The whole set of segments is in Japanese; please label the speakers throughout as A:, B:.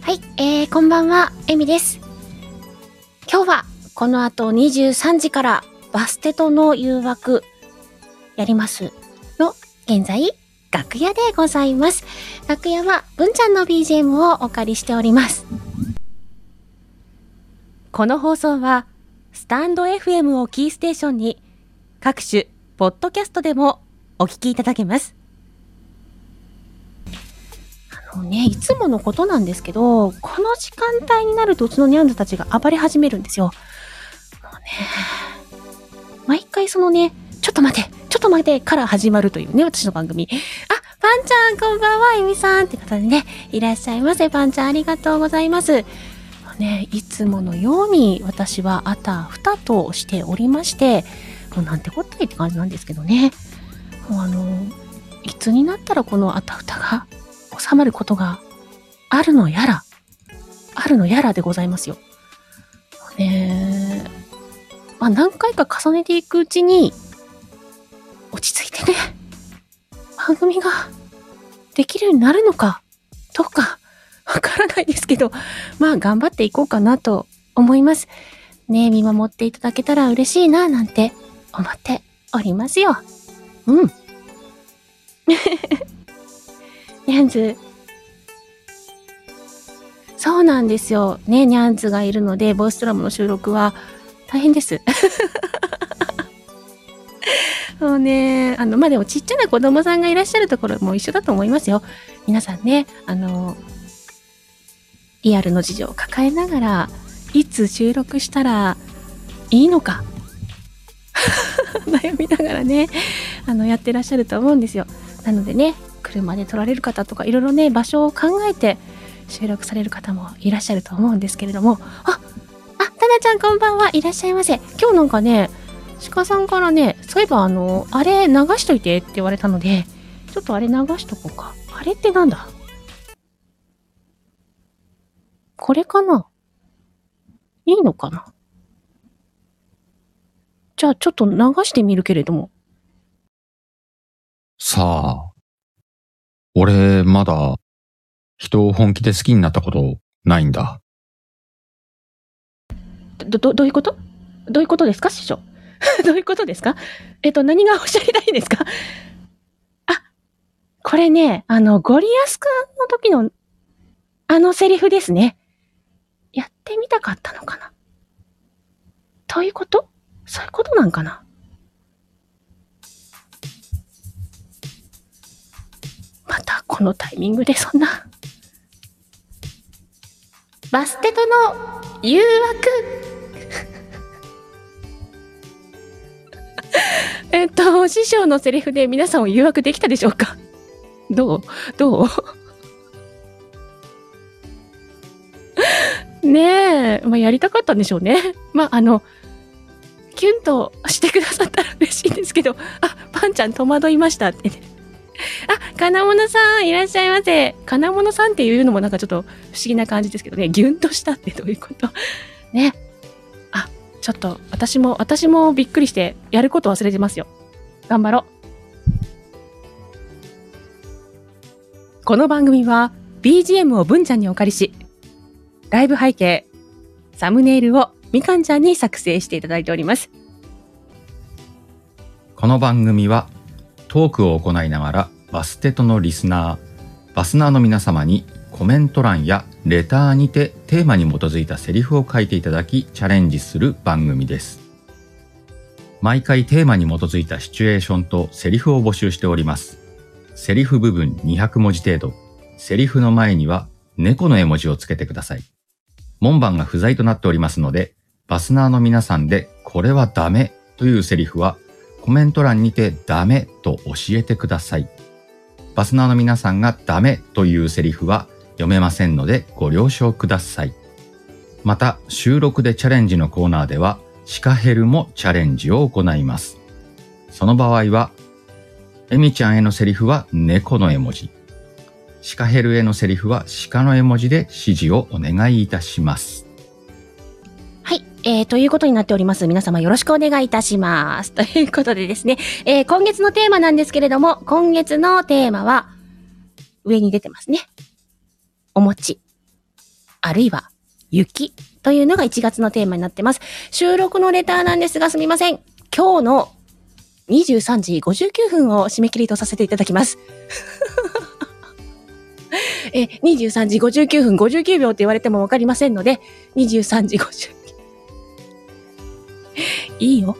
A: はい、えー、こんばんは、エミです。今日は、この後23時から、バステとの誘惑、やります。の、現在、楽屋でございます。楽屋は、文ちゃんの BGM をお借りしております。この放送は、スタンド FM をキーステーションに、各種、ポッドキャストでも、お聞きいただけます。あのね、いつものことなんですけど、この時間帯になるとうちのニャンズたちが暴れ始めるんですよ。もうね、毎回そのね、ちょっと待て、ちょっと待てから始まるというね、私の番組。あ、パンちゃんこんばんは、エミさんって方でね、いらっしゃいませ、パンちゃんありがとうございます。もうね、いつものように私はあたふたとしておりまして、もうなんてこったいって感じなんですけどね。もうあの、いつになったらこのあたふたが収まることがあるのやら、あるのやらでございますよ。ねえまあ何回か重ねていくうちに、落ち着いてね、番組ができるようになるのか、どうか、わからないですけど、まあ頑張っていこうかなと思います。ねえ、見守っていただけたら嬉しいな、なんて思っておりますよ。うん。ニャンズ。そうなんですよ。ね、ニャンズがいるので、ボイスドラムの収録は大変です。 もうね、あの、まあ、でもちっちゃな子供さんがいらっしゃるところも一緒だと思いますよ。皆さんね、あの、リアルの事情を抱えながら、いつ収録したらいいのか、 悩みながらね、あの、やってらっしゃると思うんですよ。なのでね、車で撮られる方とかいろいろね場所を考えて収録される方もいらっしゃると思うんですけれどもああタナちゃんこんばんはいらっしゃいませ今日なんかね鹿さんからねそういえばあのあれ流しといてって言われたのでちょっとあれ流しとこうかあれってなんだこれかないいのかなじゃあちょっと流してみるけれども
B: さあ、俺、まだ、人を本気で好きになったこと、ないんだ。
A: ど、ど、どういうことどういうことですか師匠。 どういうことですかえっと、何がおっしゃりたいんですかあ、これね、あの、ゴリアス君の時の、あのセリフですね。やってみたかったのかなどういうことそういうことなんかなまたこのタイミングでそんな。バステとの誘惑えっと、師匠のセリフで皆さんを誘惑できたでしょうかどう どうねえ、まあ、やりたかったんでしょうね。まあ、あの、キュンとしてくださったら嬉しいんですけど、あ、パンちゃん戸惑いましたってね。あ、金物さんいらっしゃいませ。金物さんっていうのもなんかちょっと不思議な感じですけどね、ギュンとしたってどういうことね。あ、ちょっと私も、私もびっくりしてやること忘れてますよ。頑張ろう。この番組は BGM を文ちゃんにお借りし、ライブ背景、サムネイルをみかんちゃんに作成していただいております。
B: この番組は、トークを行いながら、バステとのリスナー、バスナーの皆様に、コメント欄やレターにてテーマに基づいたセリフを書いていただき、チャレンジする番組です。毎回テーマに基づいたシチュエーションとセリフを募集しております。セリフ部分200文字程度。セリフの前には猫の絵文字をつけてください。門番が不在となっておりますので、バスナーの皆さんでこれはダメというセリフはコメント欄にてダメと教えてください。バスナーの皆さんがダメというセリフは読めませんのでご了承ください。また、収録でチャレンジのコーナーでは、シカヘルもチャレンジを行います。その場合は、エミちゃんへのセリフは猫の絵文字。シカヘルへのセリフは鹿の絵文字で指示をお願いいたします。
A: はい。えー、ということになっております。皆様よろしくお願いいたします。 ということでですね、えー、今月のテーマなんですけれども、今月のテーマは、上に出てますね。お餅。あるいは雪というのが1月のテーマになってます。収録のレターなんですがすみません。今日の23時59分を締め切りとさせていただきます。 え、23時59分59秒って言われてもわかりませんので、23時59いいよ。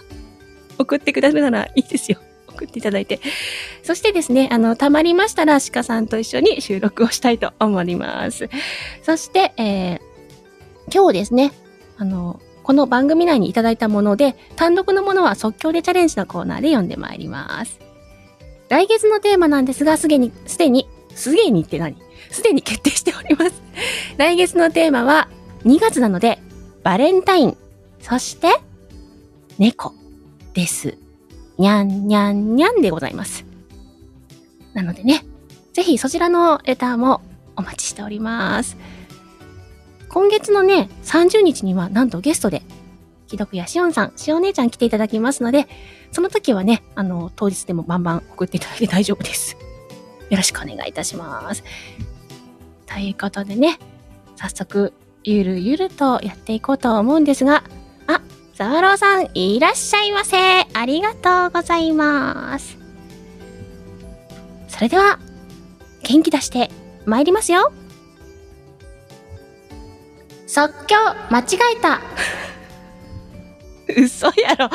A: 送ってくださるならいいですよ。送っていただいて。そしてですね、あの、たまりましたら鹿さんと一緒に収録をしたいと思います。そして、えー今日ですね、あの、この番組内にいただいたもので、単独のものは即興でチャレンジのコーナーで読んでまいります。来月のテーマなんですが、すでに、すでに、すでにって何すでに決定しております。来月のテーマは、2月なので、バレンタイン、そして、猫です。にゃんにゃんにゃんでございます。なのでね、ぜひそちらのレターもお待ちしております。今月のね、30日にはなんとゲストで、既読やしおんさん、しお姉ちゃん来ていただきますので、その時はね、あの、当日でもバンバン送っていただいて 大丈夫です。よろしくお願いいたします。ということでね、早速、ゆるゆるとやっていこうと思うんですが、あ、ザワローさん、いらっしゃいませ。ありがとうございます。それでは、元気出して参りますよ。即興間違えた。 嘘やろ。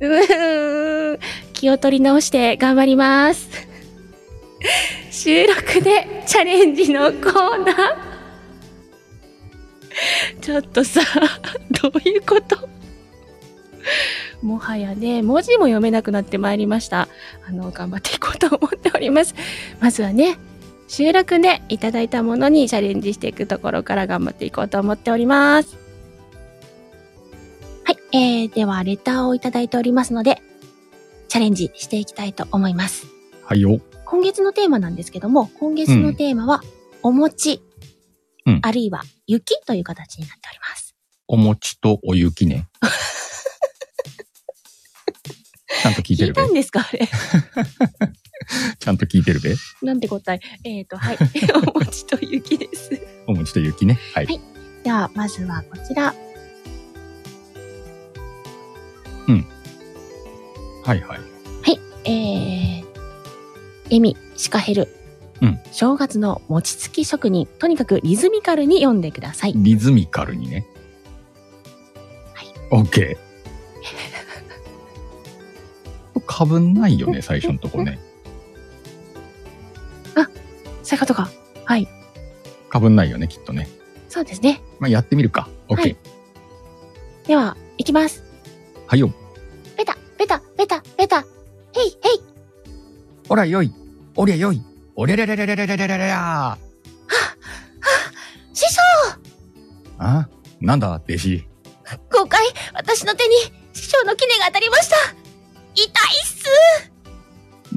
A: うーん気を取り直して頑張ります。収録でチャレンジのコーナー。ちょっとさ、 どういうこともはやね、文字も読めなくなってまいりました。あの、頑張っていこうと思っております。まずはね、収録でいただいたものにチャレンジしていくところから頑張っていこうと思っております。はい、えー、では、レターをいただいておりますので、チャレンジしていきたいと思います。
B: はいよ。
A: 今月のテーマなんですけども、今月のテーマは、お餅、
B: うん
A: あるいは雪という形になっております。
B: お餅とお雪 ね。ちゃんと聞いて
A: 聞い
B: るべ
A: た。んですかあれ。
B: ちゃんと聞いてるべ。
A: なんて答え。えっ、と、 はい。お餅と雪です。
B: お餅と雪ね。はい。
A: はいでは、まずはこちら。
B: はい、はい。
A: えー、エミ、シカヘル。
B: うん
A: 正月の餅つき職人。とにかくリズミカルに読んでください。
B: リズミカルにね。はい。OK。かぶんないよね、最初のとこね。
A: そういうことか。はい。
B: かぶんないよね、きっとね。
A: そうですね。
B: まあ、やってみるか。OK。
A: はいでは、いきます。
B: はいよ。
A: ペタ、ペタ、ペタ、ペタ。ヘイ、ヘイ。
B: おらよい。おりゃよい。おりゃりゃりゃりゃりゃりゃりゃりゃあ
A: 師匠
B: あなんだ、弟子。
A: 誤解私の手に師匠のキネが当たりました痛いっ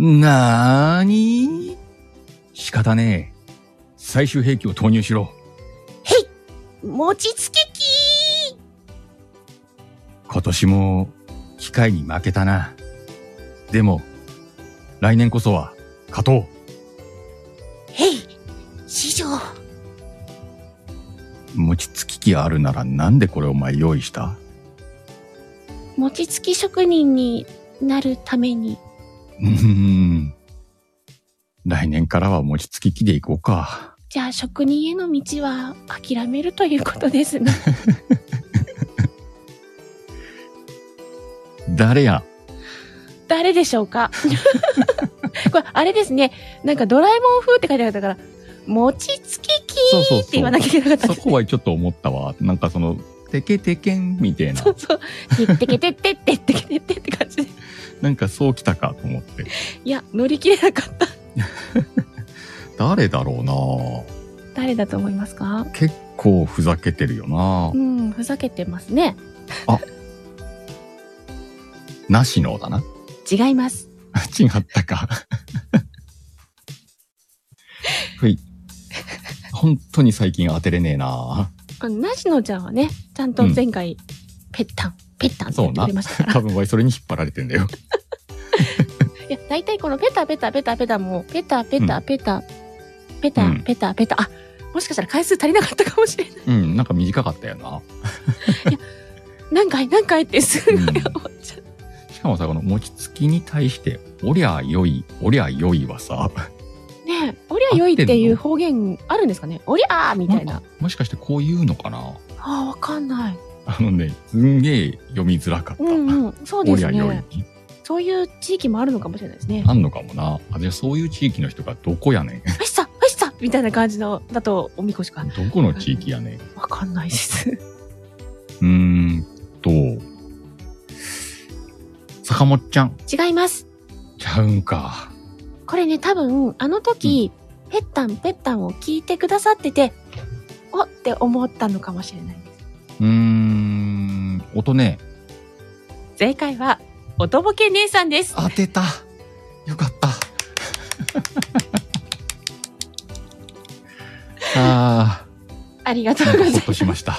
A: す
B: なーに仕方ねえ。最終兵器を投入しろ。
A: 餅つき機
B: 今年も機械に負けたな。でも、来年こそは勝とう。
A: へい師匠
B: 餅つき機あるならなんでこれお前用意した
A: 餅つき職人になるために
B: うーん。来年からは餅つき機で行こうか。
A: じゃあ職人への道は諦めるということですね
B: 誰や
A: 誰でしょうかこれあれですねなんかドラえもん風って書いてあったから餅つき機っ
B: そうそう
A: て言わなきゃいけなかったん
B: そ
A: です
B: こ
A: ね
B: はちょっと思ったわ。なんかその、テケテケンみたいな。
A: そうそう。てってけてってってってけてってって感じで。
B: なんかそうきたかと思って。
A: いや、乗り切れなかった。
B: 誰だろうな
A: 誰だと思いますか
B: 結構ふざけてるよな
A: うん、ふざけてますね。
B: なしのだな。
A: 違います。
B: 違ったか。 ふい。本当に最近当てれねえな
A: あの、なしのちゃんはね、ちゃんと前回、ぺったん、ぺったんって言ってくれましたから。
B: 多分わいそれに引っ張られてんだよ。
A: いや、大体このペタペタペタペタも、ペタペタペタ、ペ
B: う
A: タ
B: ん
A: ペタペタ、あもしかしたら回数足りなかったかもしれない
B: うん、なんか短かったよな。
A: 何回何回ってすごい
B: うん
A: 思っちゃう、
B: しかもさ、この餅つきに対して、おりゃよい、おりゃよいはさ、
A: ねえおりゃよいっていう方言あるんですかねおりゃーみたい
B: な
A: なん
B: かもしかしてこういうのかな
A: あーわかんない
B: あのね、すんげえ読みづらかった。
A: うんうんそう
B: お
A: で
B: り
A: す
B: ゃよい
A: ね。そういう地域もあるのかもしれないですね
B: あんのかもな。あ、じゃあそういう地域の人がどこやねん。
A: 「あっさあっさ」みたいな感じのだとおみこしか
B: どこの地域やねん。う
A: わかんないです
B: ーんと、坂本ちゃん。
A: 違います
B: ちゃうんか。
A: これね多分あの時、ペッタンペッタンを聞いてくださってておって思ったのかもしれないです
B: うーん、音ね。
A: 正解はおとぼけ姉さんです
B: 当てた。よかった。 あ
A: ありがと
B: あ、
A: う
B: な
A: ご
B: ん
A: ざい
B: かほ
A: ま
B: っとし
A: す
B: ました。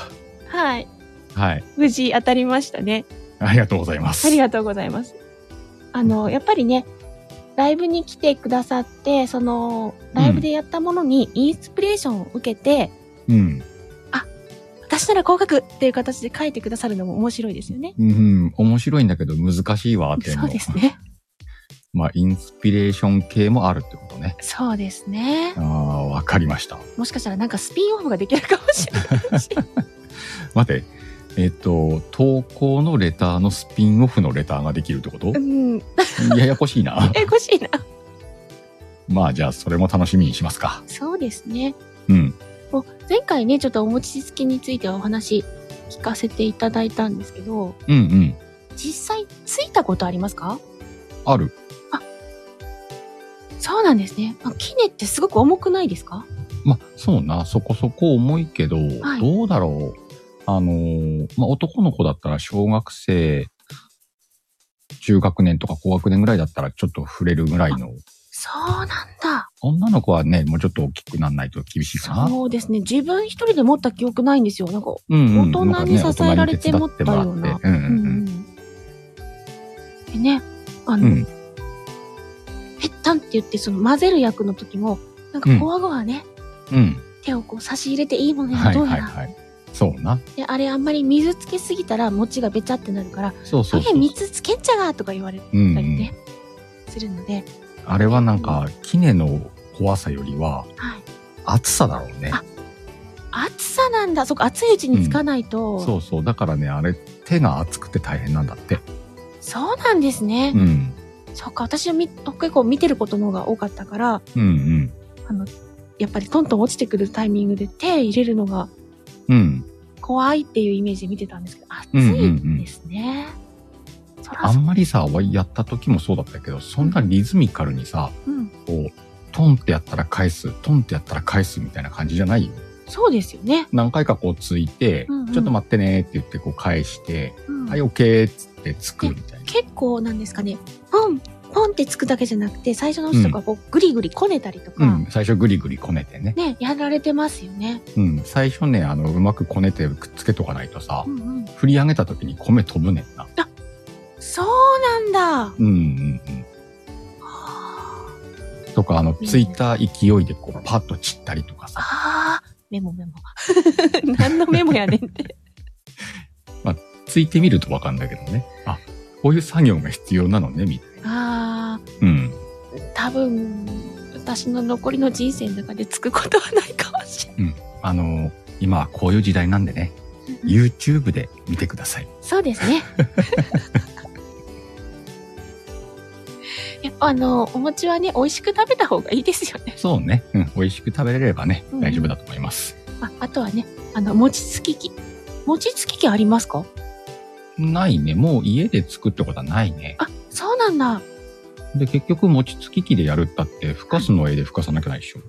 A: はい
B: はい。
A: 無事当たりましたね
B: ありがとうございます。
A: ありがとうございますあのやっぱりねライブに来てくださってそのライブでやったものにインスピレーションを受けて、
B: うん。
A: 私なら合格っていう形で書いてくださるのも面白いですよね
B: うん、面白いんだけど難しいわ、ってんの。
A: そうですね
B: まあ、インスピレーション系もあるってことね。
A: そうですね
B: ああ、わかりました。
A: もしかしたらなんかスピンオフができるかもしれないし
B: 待って、えっと、投稿のレターのスピンオフのレターができるっ てこと
A: うん、。
B: ややこしいな
A: え、欲しいな。
B: まあ、じゃあ、それも楽しみにしますか。
A: そうですね。
B: うん。
A: もう前回ね、ちょっとお餅つきについてはお話聞かせていただいたんですけど、
B: うんうん。
A: 実際ついたことありますか
B: ある。
A: そうなんですね。あ、キネってすごく重くないですか
B: まあ、そうな、そこそこ重いけど、
A: はい
B: どうだろう。あのーまあ、男の子だったら小学生、中学年とか高学年ぐらいだったらちょっと触れるぐらいの。
A: そうなんだ。
B: 女の子はね、もうちょっと大きくならないと厳しいかな。
A: そうですね。自分一人で持った記憶ないんですよ。なんか、
B: うんうん、
A: 大人に
B: なんかね
A: 支えられて持ったような
B: 大人に手伝ってもらって
A: う
B: うん
A: ん
B: う
A: うんん。でね、あ
B: う
A: の、
B: ん。うん
A: ぺったんって言って、その混ぜる役の時も、なんか
B: うん
A: こわごわね、
B: うん。
A: 手をこう差し入れていいものやら
B: はい
A: どう
B: は
A: や
B: い
A: ら。
B: はい。そうな。
A: で、あれあんまり水つけすぎたら餅がべちゃってなるから、
B: そうそう
A: あ
B: そ
A: れ
B: う。
A: 水つけんちゃがとか言われた
B: うんう
A: り
B: ん
A: ね、、するので、
B: あれはなんか、キネの怖さよりは、
A: はい、
B: 暑さだろうね。
A: あ暑さなんだそっか暑いうちにつかないと、
B: そうそう。だからね、あれ、手が熱くて大変なんだって。
A: そうなんですね、
B: うん。
A: そっか私はみ結構見てることの方が多かったから
B: うんうん。
A: あのやっぱりトントン落ちてくるタイミングで手入れるのが
B: うん。
A: 怖いっていうイメージで見てたんですけど暑
B: うんうん
A: い
B: うん
A: んですね、そら
B: あ
A: そ
B: んまりさ、やった時もそうだったけど、そんなリズミカルにさ、
A: うん、
B: こう、トンってやったら返す、トンってやったら返すみたいな感じじゃないよ。
A: そうですよね、
B: 何回かこうついて、
A: うんうん
B: ちょっと待ってねって言ってこう返して、
A: うん
B: はい、オッケーっつってつくみたいな。
A: 結構なんですかねポンポンってつくだけじゃなくて最初のうちとかこうグリグリこねたりとか、
B: うん、最初グリグリこねてね。
A: ねやられてますよね。
B: うん、最初ね、あの、うまくこねてくっつけとかないとさ
A: う、んうん、
B: 振り上げた時に米飛ぶねんな。
A: そうなんだ。
B: うんうんうん。
A: あ
B: とか、あの、
A: うん
B: ついた勢いでこう、パッと散ったりとかさ。
A: あー、メモメモ。 何のメモやねんって。
B: ついてみるとわかんだけどね。あ、こういう作業が必要なのね、みたい
A: あ
B: な。
A: あ、
B: うん。
A: 多分私の残りの人生の中でつくことはないかもしれ
B: あの、今はこういう時代なんでね、
A: ない。
B: YouTube で見てください。
A: そうです ね。やっぱあのお餅はね美味しく食べた方がいいですよね。
B: そうね。うん。美味しく食べれればね
A: う、ん
B: 大丈夫だと思います。
A: ああとはねあの餅つき機餅つき機ありますか？
B: ないね。もう家で作ってことはないね。
A: あそうなんだ。
B: で、結局餅つき機でやるったって、ふかすの絵でふかさなきゃないでしょ。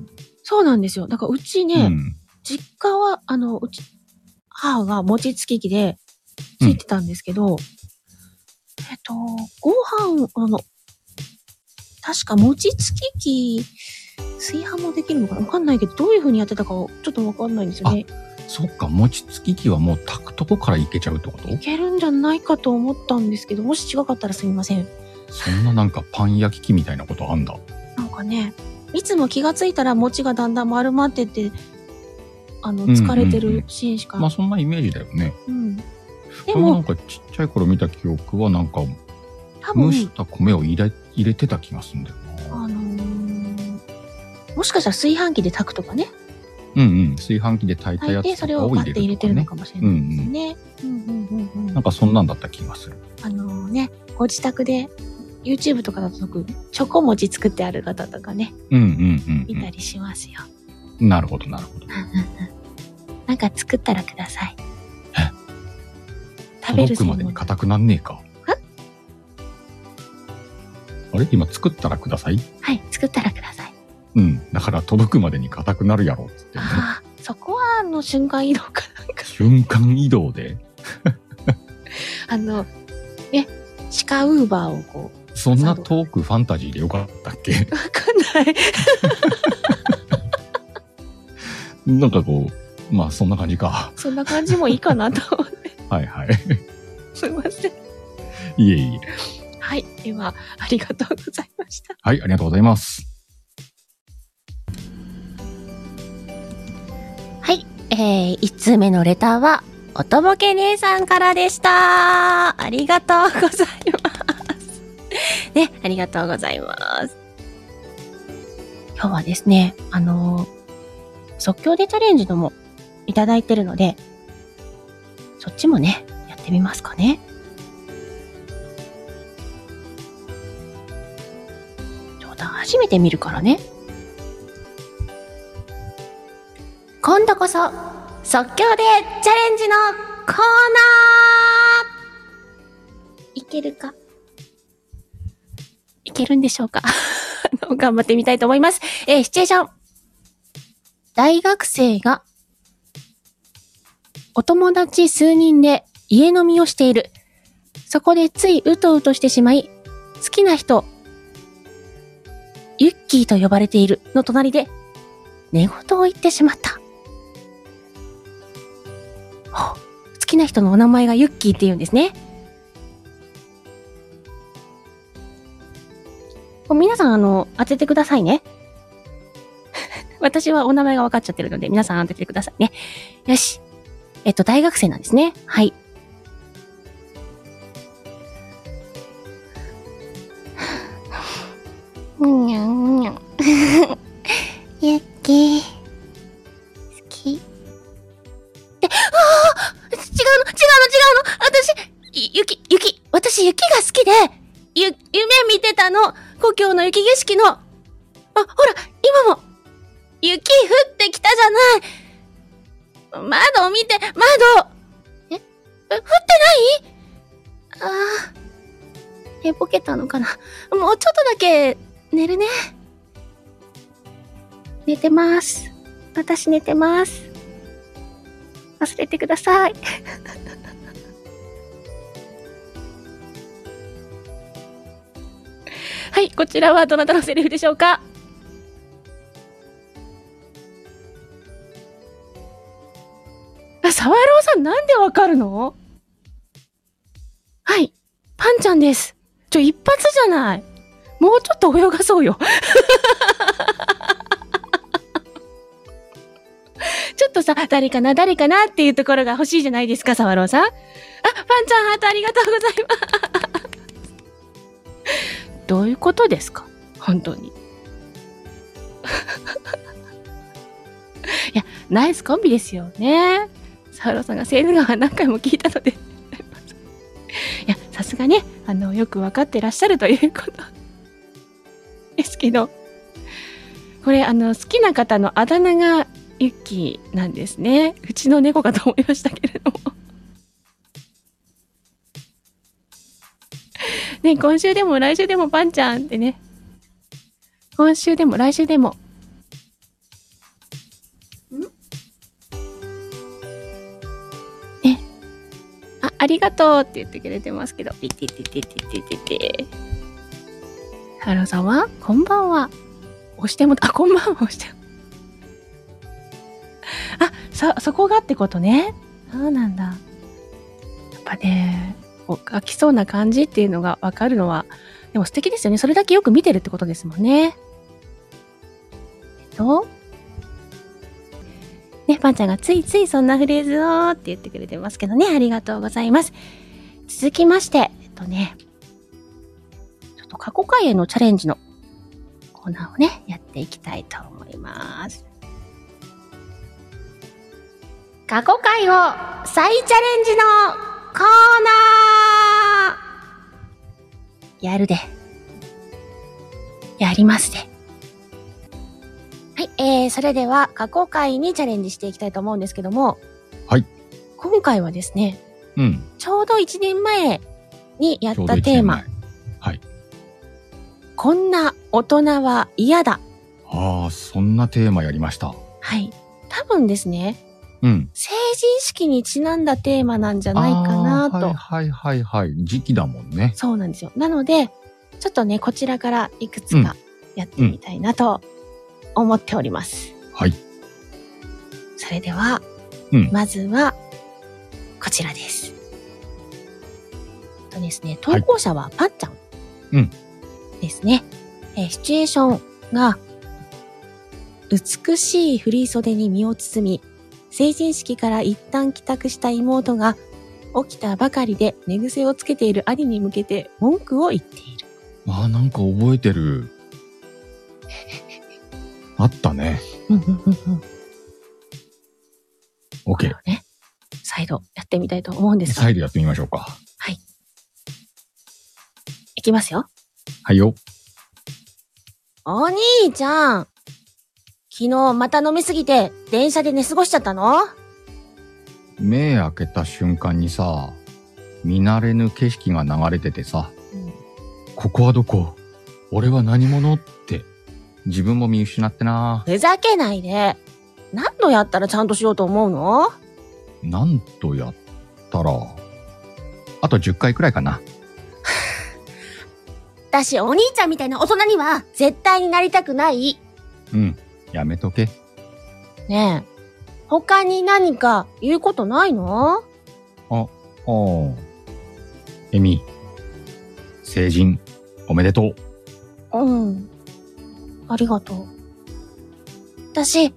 A: そうなんですよ。だからうちね、
B: うん。
A: 実家は、あの、うち、母が餅つき機でついてたんですけど、えっと、ご飯、あの、確か餅つき機、炊飯もできるのかなわかんないけど、どういう風にやってたかちょっとわかんないんですよね。
B: そっか、餅つき機はもう炊くとこからいけちゃうってこと
A: いけるんじゃないかと思ったんですけど、もし違かったらすみません。
B: そんななんかパン焼き器みたいなことあんだ。
A: なんかね、いつも気がついたら餅がだんだん丸まってって、あの、
B: んうんうん
A: 疲れてるシーンしか。
B: まあそんなイメージだよね。
A: うん。で
B: それもな
A: も
B: ん、かちっちゃい頃見た記憶はなんか
A: 多
B: 蒸
A: 分
B: し、た米を入れ入れてた気がするんだよな。
A: あのーもしかしたら炊飯器で炊くとかね。
B: うんうん炊飯器で炊いた
A: 炊い
B: や
A: て、そ
B: つと
A: れ
B: か
A: を
B: を
A: 買
B: 入
A: っ
B: れ
A: て入れ
B: ると
A: てる
B: か
A: の
B: ね
A: か。もしれないですね。うんうんうんう
B: なん
A: ん。
B: かそんなんだった気がする。
A: あのーね、ご自宅で YouTube とかだとよくチョコ餅作ってある方とかね、
B: うんうんうん
A: 見たりしますよ。
B: うん。なるほどなるほど。
A: なんか作ったらください。食べ
B: 届
A: る
B: く
A: 専
B: まで
A: 門
B: に硬くなんねえか。あれ今作ったらください
A: はい、作ったらください。
B: うん。だから届くまでに硬くなるやろっつってね。
A: ああ、そこはあの瞬間移動かなんか。
B: 瞬間移動で、
A: あの、ね、シカウーバーをこう、
B: そんなトークファンタジーでよかったっ け
A: わかんない。
B: なんかこう、まあそんな感じか。
A: そんな感じもいいかなと思って。
B: はいはい。
A: すいません。
B: いえいえ。
A: はい、では、ありがとうございました。
B: はい、ありがとうございます。
A: はい、えー、1通目のレターは、おとぼけ姉さんからでした。ありがとうございます。ね、ありがとうございます。今日はですね、あのー即興でチャレンジのもいただいてるので、そっちもね、やってみますかね。ちょうど初めて見るからね。今度こそ即興でチャレンジのコーナーいけるかいけるんでしょうか あの頑張ってみたいと思います。えーシチュエーション。大学生がお友達数人で家飲みをしている。そこでついうとうとしてしまい、好きな人、ユッキーと呼ばれているの隣で寝言を言ってしまった。はあ好きな人のお名前がユッキーって言うんですね。皆さん、あの、当ててくださいね。 私はお名前が分かっちゃってるので、皆さん当ててくださいね。よし。えっと、大学生なんですね。はい。 にゃん にゃん。ゆっきー。好き。って、ああ違うの違うの違うの私、ゆゆき、ゆき、私雪が好きで、ゆ、夢見てたの。故郷の雪景色の。あ、ほら、今も、雪降ってきたじゃない。窓見て、窓え、え降ってないああ。寝ぼけたのかな。もうちょっとだけ、寝るね。寝てます。私寝てます。忘れてください。はい、こちらはどなたのセリフでしょうかあ、沢朗さんなんでわかるのはい、パンちゃんです。ちょ、一発じゃない。もうちょっと泳がそうよ。 ちょっとさ、誰かな、誰かなっていうところが欲しいじゃないですか、沢朗さん。あ、パンちゃんハートありがとうございます。どういうことですか本当に。いや、ナイスコンビですよね。沢朗さんがセール川何回も聞いたので。いや、さすがね、あの、よくわかってらっしゃるということですけど。これ、あの、好きな方のあだ名がユッキーなんですね。うちの猫かと思いましたけれども。ね、今週でも来週でもパンちゃんってね。今週でも来週でも。ね。あ、ありがとうって言ってくれてますけど。ピティティティティティティティ。ハローさんはこんばんは。押しても、あ、こんばんは押してあ、そ、そこがってことね。そうなんだ。やっぱね、こう書きそうな感じっていうのがわかるのは、でも素敵ですよね。それだけよく見てるってことですもんね。と、ね、パンちゃんがついついそんなフレーズをって言ってくれてますけどね、ありがとうございます。続きまして、えっとね、ちょっと過去回へのチャレンジのコーナーをね、やっていきたいと思います。過去回を再チャレンジのコーナーやるで。やりますで。はい、えー、それでは過去回にチャレンジしていきたいと思うんですけども、
B: はい。
A: 今回はですね、
B: うん。
A: ちょうど1年前にやっ
B: ちょうど
A: た
B: 一
A: テー
B: 年
A: マ、。
B: 前
A: こんな大人は嫌だ。
B: ああ、そんなテーマやりました。
A: はい。多分ですね、
B: うん。
A: 成人式にちなんだテーマなんじゃないかなと。
B: あーはいはいはいはい。時期だもんね。
A: そうなんですよ。なので、ちょっとね、こちらからいくつかやってみたいなと思っております。
B: はい。
A: それでは、
B: うん
A: まずは、こちらです。えっとですね、
B: は
A: 投
B: い
A: 稿者はパッちゃん。
B: うん
A: ですね。えーシチュエーションが、美しい振り袖に身を包み、成人式から一旦帰宅した妹が、起きたばかりで寝癖をつけている兄に向けて文句を言っている。
B: ああ、なんか覚えて る。あったね。
A: うんうんうんうん。
B: オッケー
A: これをね、再度やってみたいと思うんですが、
B: 再度やってみましょうか。
A: いきますよ。
B: はいよ。
A: お兄ちゃん。昨日また飲みすぎて電車で寝過ごしちゃったの
B: 目開けた瞬間にさ、見慣れぬ景色が流れててさ、ここはどこ俺は何者って、自分も見失ってな。
A: ふざけないで。何度やったらちゃんとしようと思うの
B: なんとやったら、あと10回くらいかな。
A: 私お兄ちゃんみたいな大人には絶対になりたくない。
B: うん。やめとけ。
A: ねえ。他に何か言うことないの
B: ああ。エミ、成人、おめでとう。
A: うん。ありがとう。私、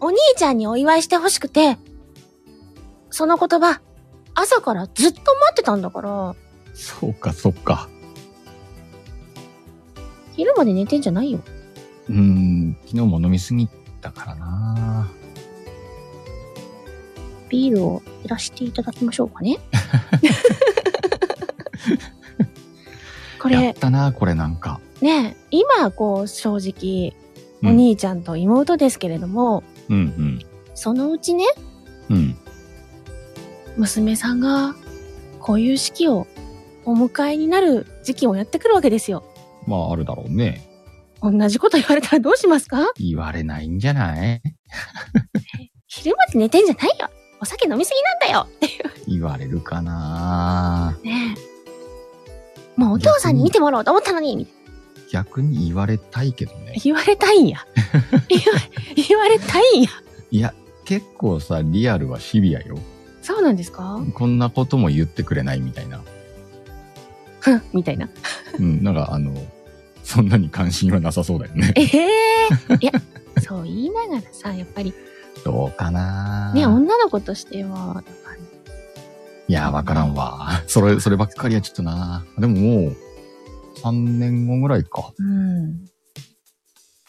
A: お兄ちゃんにお祝いしてほしくて、その言葉、朝からずっと待ってたんだから、
B: そうか、そうか。
A: 昼まで寝てんじゃないよ。
B: うーん、昨日も飲みすぎたからな。
A: ビールを減らしていただきましょうかね。こ
B: やっ
A: れ、
B: たな、これなんか。
A: ね、今、こう、正直、
B: うん
A: お兄ちゃんと妹ですけれども、
B: うん、
A: そのうちね、
B: うん、うん。
A: 娘さんが、こういう式をお迎えになる時期をやってくるわけですよ。
B: まあ、あるだろうね。
A: 同じこと言われたらどうしますか
B: 言われないんじゃない
A: 昼まで寝てんじゃないよお酒飲みすぎなんだよって
B: 言われるかな。
A: ねえ。もうお父さんに見てもらおうと思ったのにみたい
B: 逆に言われたいけど
A: な
B: ね。
A: 言われたいんや。言わ言われたいんや。
B: いや、結構さ、リアルはシビアよ。
A: そうなんですか
B: こんなことも言ってくれないみた いな。
A: ふん、みたいな。
B: うん、なんかあの、そんなに関心はなさそうだよね。
A: ええいや、そう言いながらさ、やっぱり
B: どうかな
A: ね、女の子としては、やっぱり
B: いや、わからんわ。それ、そればっかりはちょっとな。でももう、3年後ぐらいか。
A: うん、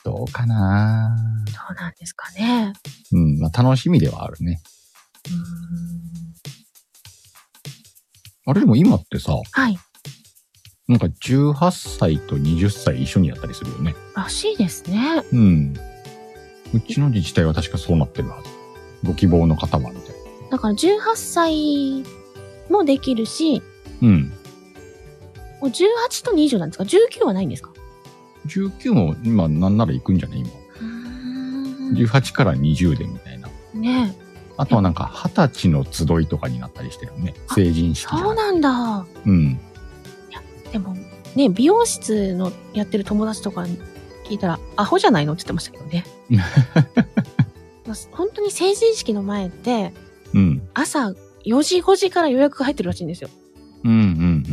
B: どうかな。
A: そうなんですかね。
B: うん、まあ、楽しみではあるね。
A: うん
B: あれでも今ってさ、
A: はい、
B: なんか18歳と20歳一緒にやったりするよね。
A: らしいですね。
B: うん。うちの自治体は確かそうなってるはず。ご希望の方は、みたいな。
A: だから18歳もできるし、
B: うん。
A: もう18と20なんですか ?19 はないんですか
B: 19も今なんなら行くんじゃない今。18から20でみたいな。
A: ねえ
B: あとはなんか20歳の集いとかになったりしてるよね。
A: あ
B: 成人式じゃ
A: そう
B: い
A: なんだ。
B: うん。
A: でも、ね、美容室のやってる友達とかに聞いたら、アホじゃないのって言ってましたけど ね。まあ本当に成人式の前って、
B: うん。
A: 朝4時5時から予約が入ってるらしいんですよ。
B: うんうん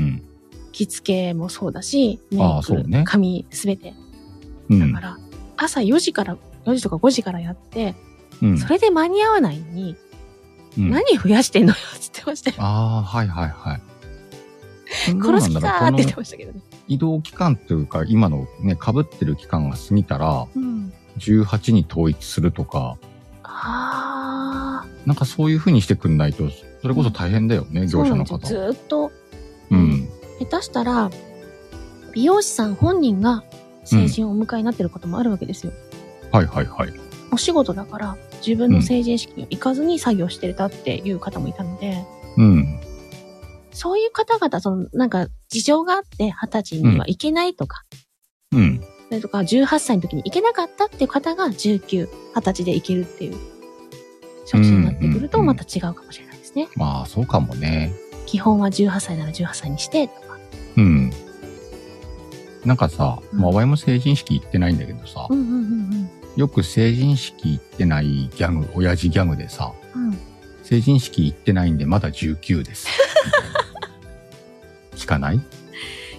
A: 着付けもそうだし、メイ
B: ああそう
A: ク、
B: ね
A: 髪、すべて。
B: うん。う
A: だ
B: ん
A: か。ら、朝4時から4時とか5時からやって、
B: うん。
A: それで間に合わないのに、
B: うん
A: 何増やしてんのよって言ってましたよ。
B: ああ、はいはいはい。
A: 殺す気だーって言って
B: この
A: ましたけどね。
B: 移動期間というか、今のね、被ってる期間が過ぎたら、
A: うん。
B: 18に統一するとか、
A: あ
B: なんかそういう風にしてくんないと、それこそ大変だよね、
A: あ、そ
B: 業
A: う
B: 者
A: なん
B: の
A: ですよ。
B: 方。
A: ずーっと
B: うん。
A: 下手したら、美容師さん本人が成人をお迎えになってることもあるわけですよ。
B: はいはいはい。
A: お仕事だから、自分の成人式に行かずに作業してたっていう方もいたので、
B: うん。
A: そういう方々、その、なんか、事情があって、二十歳には行けないとか、
B: うん。
A: それとか、18歳の時に行けなかったっていう方が、19、二十歳で行けるっていう、処置になってくると、
B: うんう
A: ま
B: んうん
A: た違うかもしれないですね。
B: まあ、そうかもね。
A: 基本は18歳なら18歳にして、とか。
B: うん。なんかさ、
A: うん
B: まあ、ワイも成人式行ってないんだけどさ
A: う、んうんうん
B: よく成人式行ってないギャグ、親父ギャグでさ、
A: うん。うん。
B: 成人式行ってないんでまだ19です。 聞かない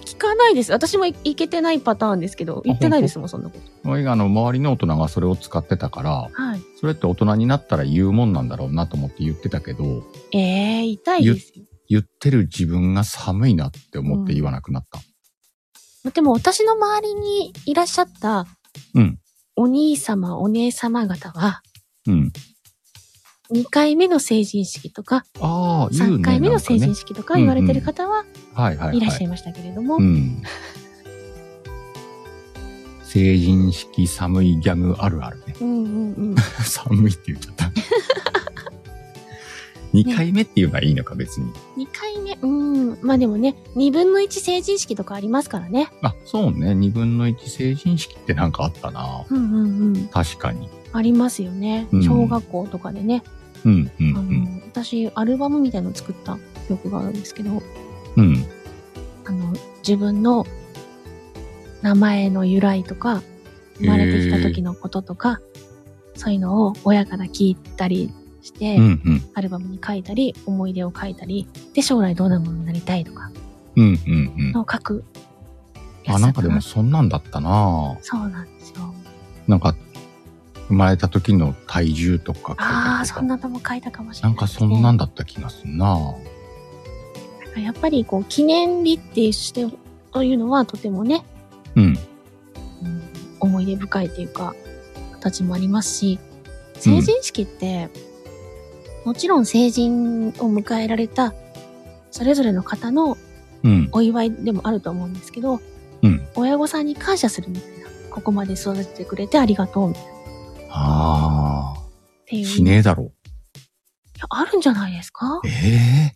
A: 聞かないです。私も行けてないパターンですけど、行ってないですもん、そんなこと。
B: 俺があの周りの大人がそれを使ってたから、
A: はい。
B: それって大人になったら言うもんなんだろうなと思って言ってたけど、
A: ええ痛いですよ。
B: 言ってる自分が寒いなって思って言わなくなった。
A: でも私の周りにいらっしゃった、
B: うん
A: お兄様、お姉様方は、
B: うん。
A: 2回目の成人式とか、
B: ああ、言う
A: 3
B: ね。
A: 回目の成人
B: なんかね
A: 式とか言われてる方は
B: はいはいはい。
A: いらっしゃいましたけれども、
B: うん。成人式寒いギャグあるあるね。
A: うんうんうん。
B: 寒いって言っち ゃった。2回目っていうのはいいのか別に。
A: 2回目、うん。まあでもね、2分の1成人式とかありますからね。
B: あ、そうね。2分の1成人式ってなんかあったな。
A: うんうんうん。
B: 確かに。
A: ありますよね
B: う。ん
A: 小学校とかでね。
B: うんうん
A: あの、私、アルバムみたいのを作った記憶があるんですけど、
B: うん。うん。
A: あの、自分の名前の由来とか、生まれてきた時
B: の。
A: のこととか、そういうのを親から聞いたりして、
B: うんうん。
A: アルバムに書いたり、思い出を書いたり、で、将来どんなものになりたいとか、
B: うんうんう
A: のを書く
B: ん。あ、
A: だ
B: な
A: っ
B: ん
A: た
B: かでもそんなんだったな。
A: そうなんですよ。
B: なんか、生まれた時の体重とか書いたりとか
A: ああ、そんなのも書いたかもしれ
B: な
A: ない、
B: んかそんなん。だった気がすんな。
A: やっぱりこう、記念日ってして、というのはとてもね、
B: うん。
A: うん思い出深いというか、形もありますし、成人式って、もちろん成人を迎えられた、それぞれの方の
B: うん。
A: お祝いでもあると思うんですけど、
B: うん。
A: 親御さんに感謝するみたいな。ここまで育ててくれてありがとうみたいなっ
B: あ
A: て
B: あ、
A: いう。
B: しねえだろ。
A: いやあるんじゃないですか
B: ええ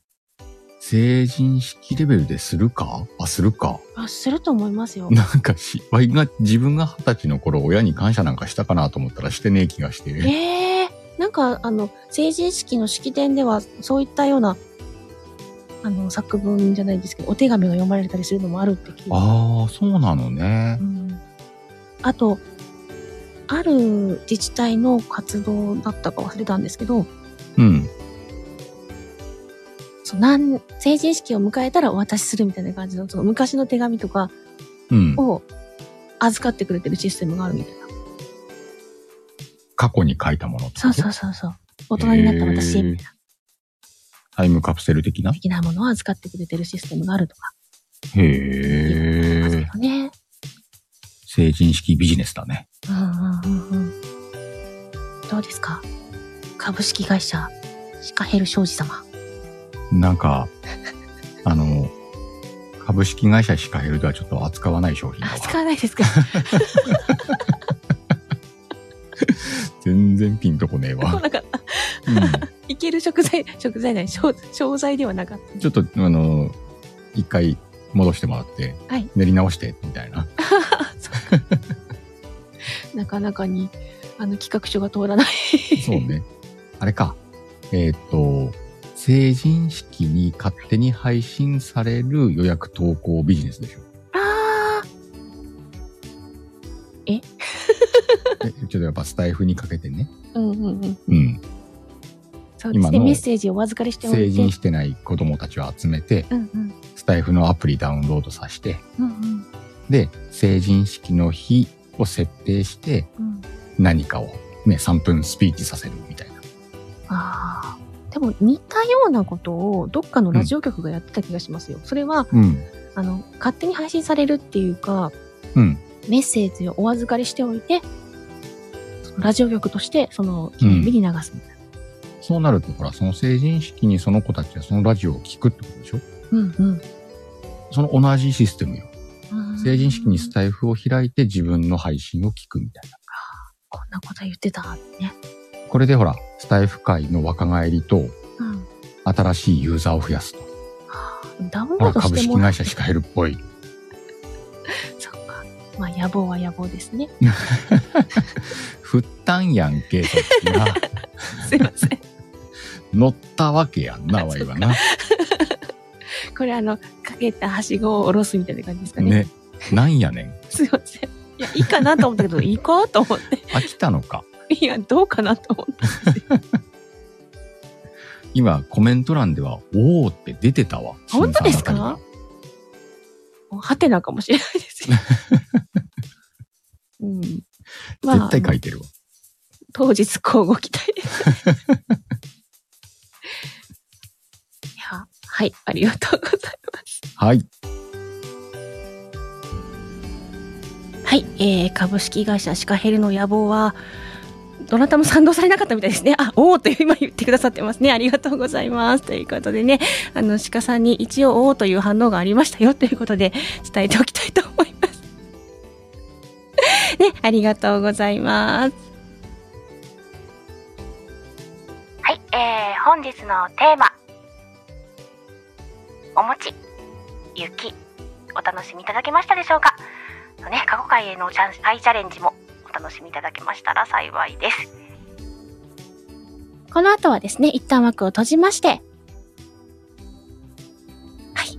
B: 成人式レベルでするかあ、するか。
A: あすると思いますよ。
B: なんかし、わいが、自分が二十歳の頃、親に感謝なんかしたかなと思ったらしてねえ気がして。
A: ええなんか、あの、成人式の式典では、そういったような、あの、作文じゃないですけど、お手紙が読まれたりするのもあるって聞いて。
B: ああ、そうなのね
A: う。んあと、ある自治体の活動だったか忘れたんですけど、
B: うん。
A: そうなん成人式を迎えたらお渡しするみたいな感じの、その昔の手紙とか
B: うん。
A: を預かってくれてるシステムがあるみたいな。
B: 過去に書いたものってこと
A: そうそうそうそう。大人になった私、みたいな
B: タイムカプセル的な
A: 的なものを預かってくれてるシステムがあるとか
B: へ
A: ありますけ
B: え。
A: どね。
B: 成人式ビジネスだね。
A: うんうんうんうん。どうですか株式会社、シカヘル商事様。
B: な んか、あの、株式会社シカヘルではちょっと扱わない商品だわ
A: あ、使わないですか
B: 全然ピンとこねえ
A: 来
B: わ。
A: なかった。
B: う
A: いける食材、食材ない、商商材ではなかっ
B: ん、ちょっと、あの、一回戻してもらって、
A: はい
B: 練り直して、みたいな。
A: た。なかなかに、あの、企画書が通らない。
B: そうね。あれか。えーっと、成人式に勝手に配信される予約投稿ビジネ スでしょ。
A: あ
B: えちょっとやっぱスタイフにかけてね。
A: あ。うんうんうん。
B: うん。
A: そうです
B: 今
A: ね。
B: の
A: メッセージをお預かりしておいて。
B: 成人してない子供たちを集めて、
A: うんうん。
B: スタイフのアプリダウンロードさせて、
A: うんうん
B: で、成人式の日を設定して、
A: うん。
B: 何かを、ね、3分スピーチさせるみたいな。
A: あーでも似たようなことをどっかのラジオ局がやってた気がしますよ。それは
B: うん。
A: あの勝手に配信されるっていうか
B: うん。
A: メッセージをお預かりしておいてそのラジオ局としてその記念日に流すみたいな。
B: そうなると、ほら、その成人式にその子たちはそのラジオを聞くってことでしょ
A: うんうん
B: その同じシステムよ。
A: うん
B: 成人式にスタイフを開いて自分の配信を聞くみたいな。
A: こんなこと言ってたってね。
B: これでほら、スタイフ界の若返りと
A: うん
B: 新しいユーザーを増やすと。
A: ダウン
B: ほ
A: ロー
B: ら、
A: ドし
B: 株
A: て
B: 式
A: もら
B: 会社しか減るっぽい。
A: そっか。まあ野望は野望ですね。
B: 振ったんやんけ、そっち な。
A: すいません。
B: 乗ったわけやんな、わいはな。
A: これあの、かけたはしごを下ろすみたいな感じですかね。
B: ね。なんやねん。
A: すいません。いや、いいかなと思ったけど、行こうと思 って。
B: 飽きたのか。
A: いや、どうかなと思って。
B: 今、コメント欄では、おーって出てたわ。
A: 本当ですか
B: 新さんあたり
A: もうハテナかもしれない ですよ。うん。まあ
B: が、絶対書いてるわ。
A: 当日交互期待です。いや、はい、ありがとうございます。
B: はい。
A: はい、えー、株式会社シカヘルの野望は、どなたも賛同されなかったみたいですね。あ、おおという今言ってくださってますね。ありがとうございます。ということでね、あの、鹿さんに一応おおという反応がありましたよということで、伝えておきたいと思います。 ね、ありがとうございます。
C: はい、えー、本日のテーマお餅雪お楽しみいただけましたでしょうかね、過去回へのチャン再チャレンジもお楽しみいただけましたら幸いです
A: この後はですね、一旦枠を閉じまして、はい。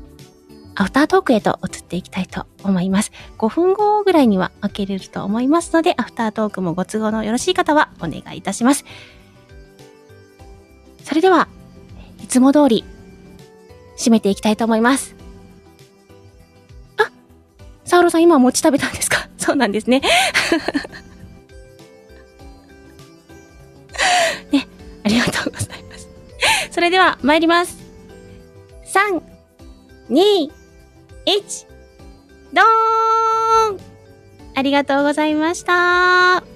A: アフタートークへと移っていきたいと思います。5分後ぐらいには開けれると思いますので、アフタートークもご都合のよろしい方はお願いいたします。それでは、いつも通り、締めていきたいと思います。あ、サオロさん今餅食べたんですか そうなんですね。ありがとうございます。それでは参ります。3、2、1、ドーンありがとうございました。